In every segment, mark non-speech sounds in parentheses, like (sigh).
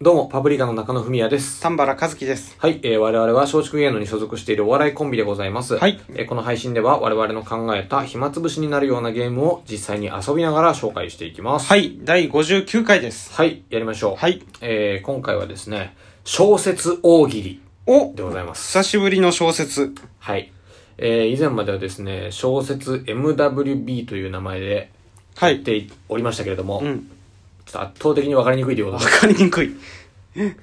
どうも、パプリカの中野文也です。丹原和樹です。はい、えー我々は松竹芸能に所属しているお笑いコンビでございます。はいえーこの配信では我々の考えた暇つぶしになるようなゲームを実際に遊びながら紹介していきます。。はいい、第59回です。はい、やりましょう。はい。えー今回はですね、小説大喜利おでございます。久しぶりの小説。はい。えー以前まではですね、小説 MWB という名前では言っい。ておりましたけれども、うちょん。っと圧倒的に分かりにくいというこわとで、かりにくい。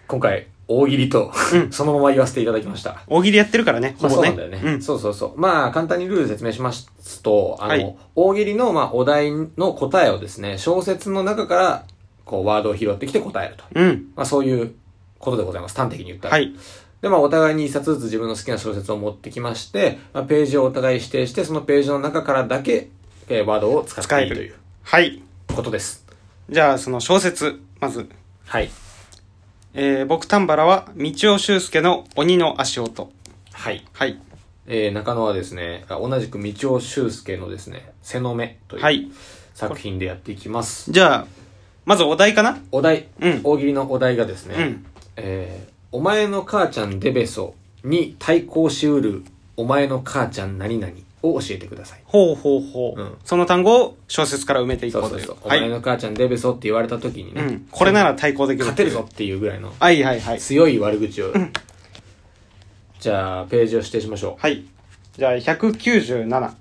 今回、大喜利と、 (laughs) そのまま言わせていただきました。大喜利やってるからね、まほあ、そうぼなね。んだよね、そうそうそう。まあ、簡単にルール説明しますと、あの、はい大喜利の、まあ、お題の答えをですね、小説の中から、こう、ワードを拾ってきて答えると。うん。うん。まあ、そういうことでございます。端的に言ったら。はい。で、まあ、お互いに一冊ずつ自分の好きな小説を持ってきまして、まあ、ページをお互い指定して、そのページの中からだけ、えーワードを使っていいというはい。ことです。じゃあ、その小説、まず。はい。えー、僕丹原は、道尾修介の鬼の足音。はい。はい。えー、中野はですね、あ同じく道尾修介のですね、背の目とはいうい。作品でやっていきます。じゃあ、まずお題かなお題、うん大喜利のお題がですね、うんえーお前の母ちゃんデベソに対抗しうるお前の母ちゃん何々を教えてください。ほうほうほう、うんその単語を小説から埋めていこそうそううという。そう。はお前い。の母ちゃんデベソって言われた時にね、うん。これなら対抗できる。勝てるぞっていうぐらいのはいはいはい。強い悪口を。じゃあ、ページを指定しましょう。はい。じゃあ、197。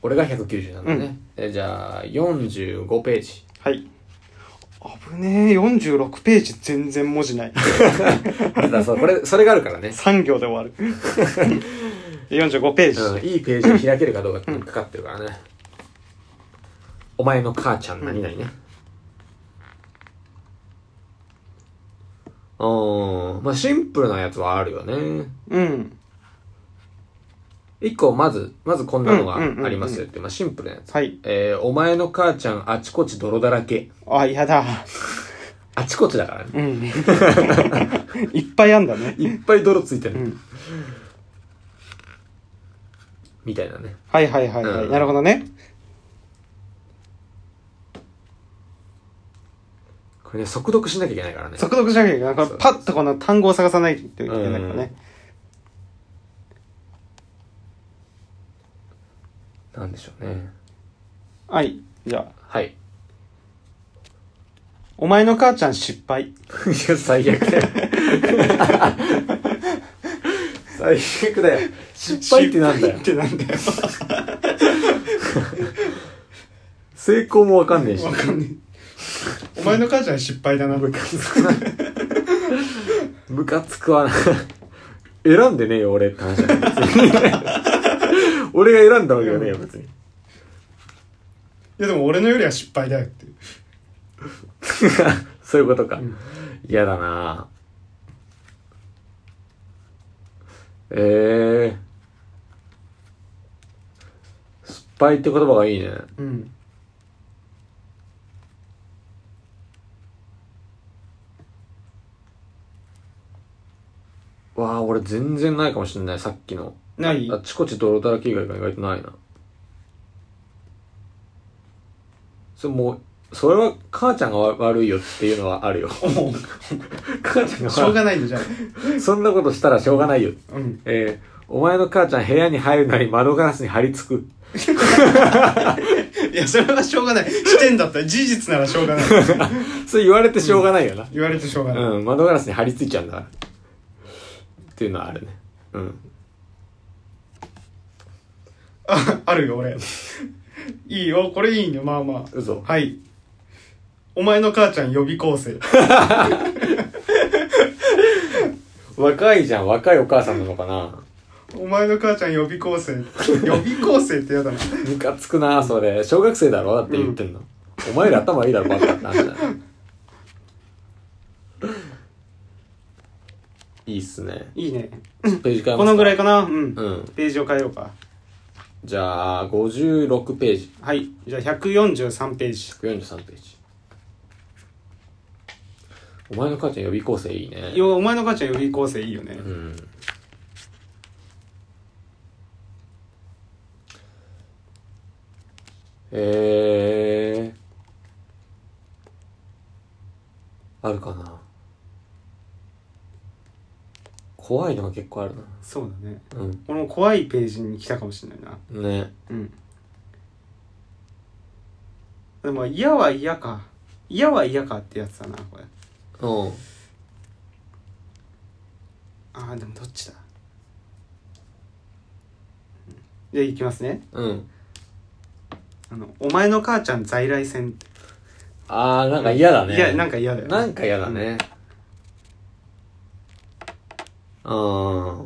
俺が197ね。えじゃあ、45ページ。はい。危ねえ、46ページ全然文 (laughs) 字ない。ただそう、これ、それがあるからね。 3行で終 (laughs) わる。45ページ。うん、いいページを開けるかどうかってかかってるからね。お前の母ちゃん何々ね。うーん。まあシンプルなやつはあるよね。うん。一個、まず、まずこんなのがうんうんうんうんありますよって、まあシンプルなやつ。はい。えー、お前の母ちゃんあちこち泥だらけ。あ、やだ。あちこちだからね。 (laughs) うん。いっぱいあんだね。いっぱい泥ついてる。うんみたいなね。はいはいはいはい。うんなるほどね。これね、速読しなきゃいけないからね。速読じゃなきゃいけない。これパッとこの単語を探さないといけないからね。なんでしょうね。はい。じゃあ、はい。お前の母ちゃん失敗。いや、最悪だよ。最悪だよ。失敗ってなんだよ。失敗ってなんだよ。成功もわかんねえし。わかんねえ。お前の母ちゃん失敗だな。ムカつくな。ムカつくわな。選んでねえよ、俺って話だよ別に俺が選んだわけじゃねえよ、別に。いやでも俺のよりは失敗だよって。そういうことか。嫌、だなええ失敗って言葉がいいね。うん。わあ、俺全然ないかもしんない、さっきの。ないあちこち泥だらけ以外が意外とないな。それもう、それは母ちゃんがわ悪いよっていうのはあるよ。も母ちゃんう、がしょう悪がないんじゃん。い。そんなことしたらしょうがないよ。うん。えー、お前の母ちゃん部屋に入るなり窓ガラスに張り付く。いや、それはしょうがない。してんだったら事実ならしょうがない。それ言われてしょうがないよな。言われてしょうがうない。ん、窓ガラスに張り付いちゃうんだから。っていうのはあるね。うん。あ、あるよ、俺。いいよ、これいいよ、まあま嘘あ。。はい。お前の母ちゃん予備校生。若いじゃん、若いお母さんなのかな。お前の母ちゃん予備校生。予備校生ってやだな。ムカつくなそれ小学生だろだって言ってんの、お前ら頭いいだろ (laughs) バカって話だよいいっすねいいね。ページ変えますかこのぐらいかな。うん。うんページを変えようか。じゃあ56ページはい。じゃあ143ページ。 143ページお前の母ちゃん予備校生いいねよお前の母ちゃん予備校生いいよね。うんえー、あるかな怖いのが結構あるそうだねなうんこの怖いページに来たかもしれないなねうんでも嫌は嫌か嫌は嫌かってやつだなこれうんああでもどっちだうんじゃあいきますねうんあの「お前の母ちゃん在来線」あーなんか嫌だねいやなんか嫌だよねなんか嫌だねうん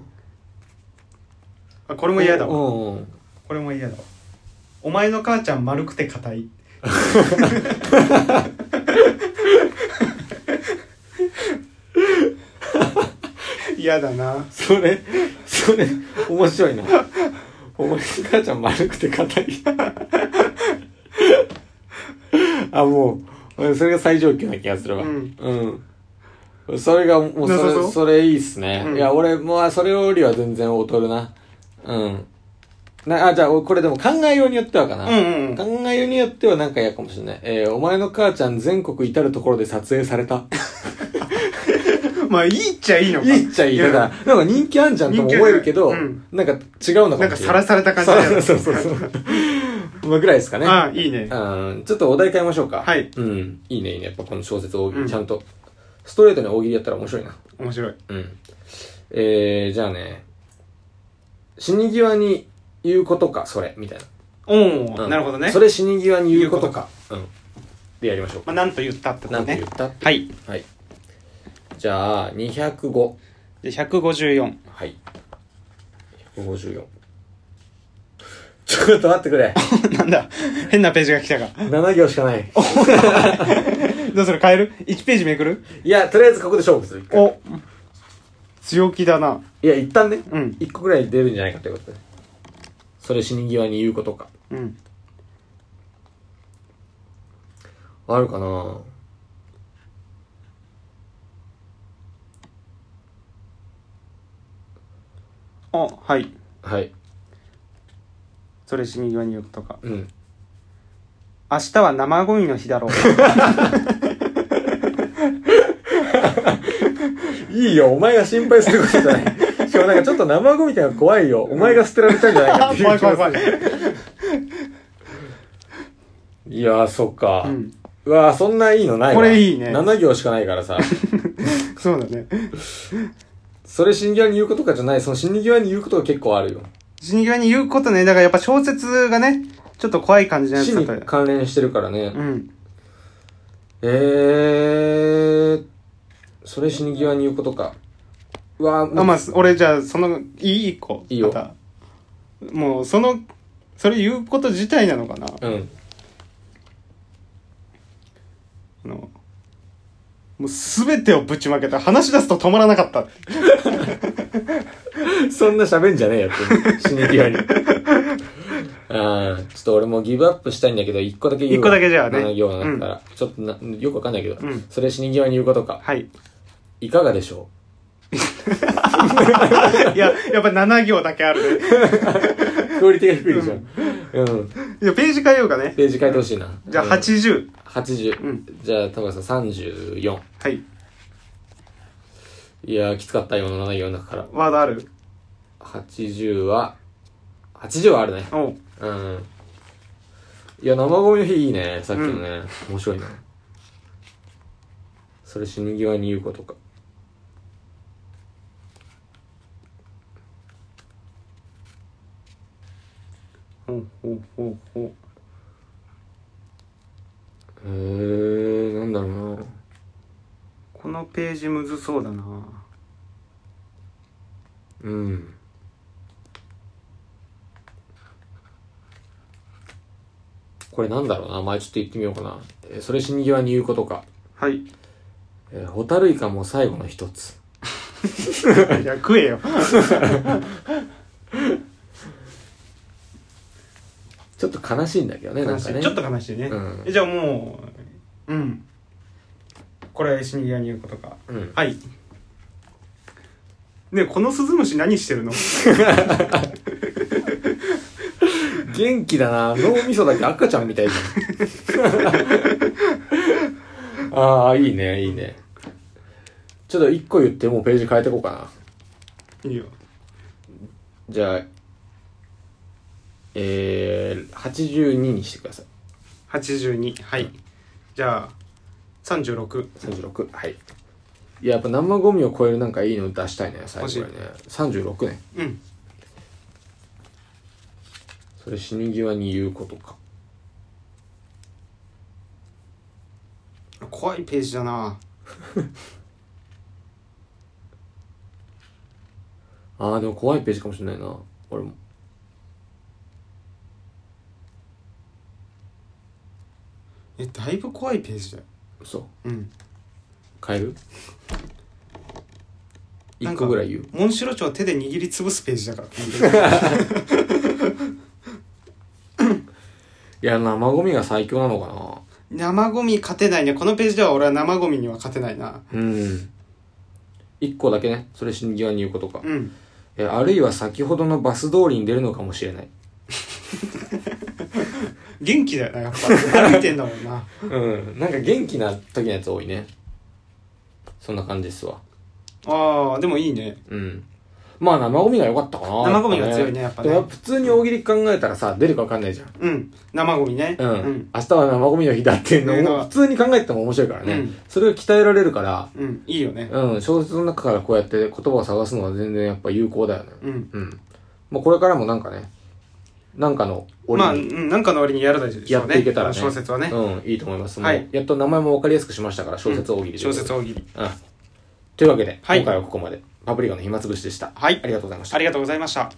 あこれも嫌だうわんうんこれも嫌だわお前の母ちゃん丸くて硬い嫌だなそれそれ面白いなお前の母ちゃん丸くて硬いあもう俺それが最上級な気がするわうん、うんそれがもうそなさそれうそれいいっすね、うんいや俺もうそれよりは全然劣るなうんなあじゃあこれでも考えようによってはかな、うんうんうん考えようによってはなんか嫌かもしれない。えーお前の母ちゃん全国至るところで撮影され (laughs) た。まあいいっちゃいいのかいいっちゃいい。だから、なんか人気あんじゃんとも思えるけど、人気あるうんなんか違うのかもしれない。なんかさらされた感じさだよらそうそうそう。まあぐらいですかね。ああいいねうん、ちょっとお題変えましょうか。はいうん。いいね、いいね。やっぱこの小説大喜うん利、ちゃんと。ストレートに大喜利やったら面白いな。面白いうん。えー、じゃあね。死に際に言うことか、それ、みたいな。おお、うんなるほどねそれ死に際に言うことか。うん。でやりましょうまあ、なんと言ったってこなとんてね言ったってはいはい。じゃあ、205。で154はい。154。ちょっと待ってく (laughs) れ。 (laughs) なんだ変なページが来たか7行しかない。どうする変える ?1 ページめくるいや、とりあえずここで勝負する。一回お強気だないや、一旦ね、うん1個ぐらい出るんじゃないかということで。それ死に際に言うことか。うんあるかなあはいはい。それ死に際に言うことかうん。明日は生ゴミの日だろういいよ、お前が心配することじゃな (laughs) い。しかもなんかちょっと生ゴみたいな怖いよ。お前が捨てられちゃうんじゃないかあ (laughs) 怖い (laughs) 怖い怖いい。いやー、そっか。ううんわー、そんないいのないわこれいいね7行しかないからさ。そうだねそれ死に際に言うことかじゃない、その死に際に言うことが結構あるよ。死に際に言うことねだからやっぱ小説がねちょっと怖い感じのや死つにだと関連してるからね。うんえー、それ死に際に言うことか。うわー、あまあ俺じゃあそのいい一個いいよまたもうそのそれ言うこと自体なのかなうん。あのもう全てをぶちまけた話し出すと止まらなかった (laughs) そんな喋んじゃねえよって。死に際に。あーちょっと俺もうギブアップしたいんだけど、一個だけ言うわ一個だけじゃあね7行の中から。ちょっとな、よくわかんないけど、うんそれ死に際に言うことか。はい (laughs) いかがでしょいややっぱ7行だけあるねうクオリティが低いでしょ。うん。 (laughs) いやページ変えようかねページ変えてほしいな。じゃあうん。 80 80。うんじゃあ、高橋さん34。はいいやー、きつかったよ、7行の中から。ワードある80は、80はあるね。おううん。いや、生ゴミの日いいね、さっきのね。面白いな。それ死に際に言うことか。おうおうおうおうへえー、なんだろうな。このページむずそうだなうん。これなんだろうな。前ちょっと言ってみようかな。えーそれ死に際に言うことか。はい (laughs) いえーホタルイカも最後の一つ。や食 (laughs) えよちょっと悲しいんだけどね、なんかね。ちょっと悲しいね、うんえじゃあもううんこれ死に際に言うことかうん。はいねえこのスズムシ何してるの元気だな脳みそだけ赤ちゃんみたいじゃんああいいねいいねちょっと一個言ってもうページ変えていこうかいいよじゃあえー、82にしてください82はいじゃあ36 36はいいややっぱ生ゴミを超えるなんかいいの出したいね最後にね36ねうんそれ死に際に言うことか怖いページだなああでも怖いページかもしれないな俺もえだいぶ怖いページだよそううん変えるなん1か個ぐらい言うモンシロチョウを手で握りつぶすページだから (laughs) いや生ゴミが最強なのか生ゴミ勝てないねこのページでは俺は生ゴミには勝てないななうん1個だけねそれ死に際に言うことか、うんえあるいは先ほどのバス通りに出るのかもしれない元気だよなやっぱ歩いてんだも (laughs) んなうんなんか元気な時のやつ多いねそんな感じですわああでもいいねうんまあ生ゴミが良かったかな生ゴミが強いねやっぱねでも普通に大喜利考えたらさ出るか分かんないじゃんうん生ゴミねうん、明日は生ゴミの日だっていうのうをん普通に考えてても面白いからね、うんそれが鍛えられるからうんいいよねうん小説の中からこうやって言葉を探すのは全然やっぱ有効だよねうんうんもうこれからもなんかねなんかのまあ、うにん、なんかの割にやる大事でしょうね。やっていけたらねこの小説はね。うんいいと思います、はいもうやっと名前も分かりやすくしましたから小説大喜利で、小説大喜利。うんというわけで、はい今回はここまでパプリカの暇つぶしでしたはいありがとうございましたありがとうございました。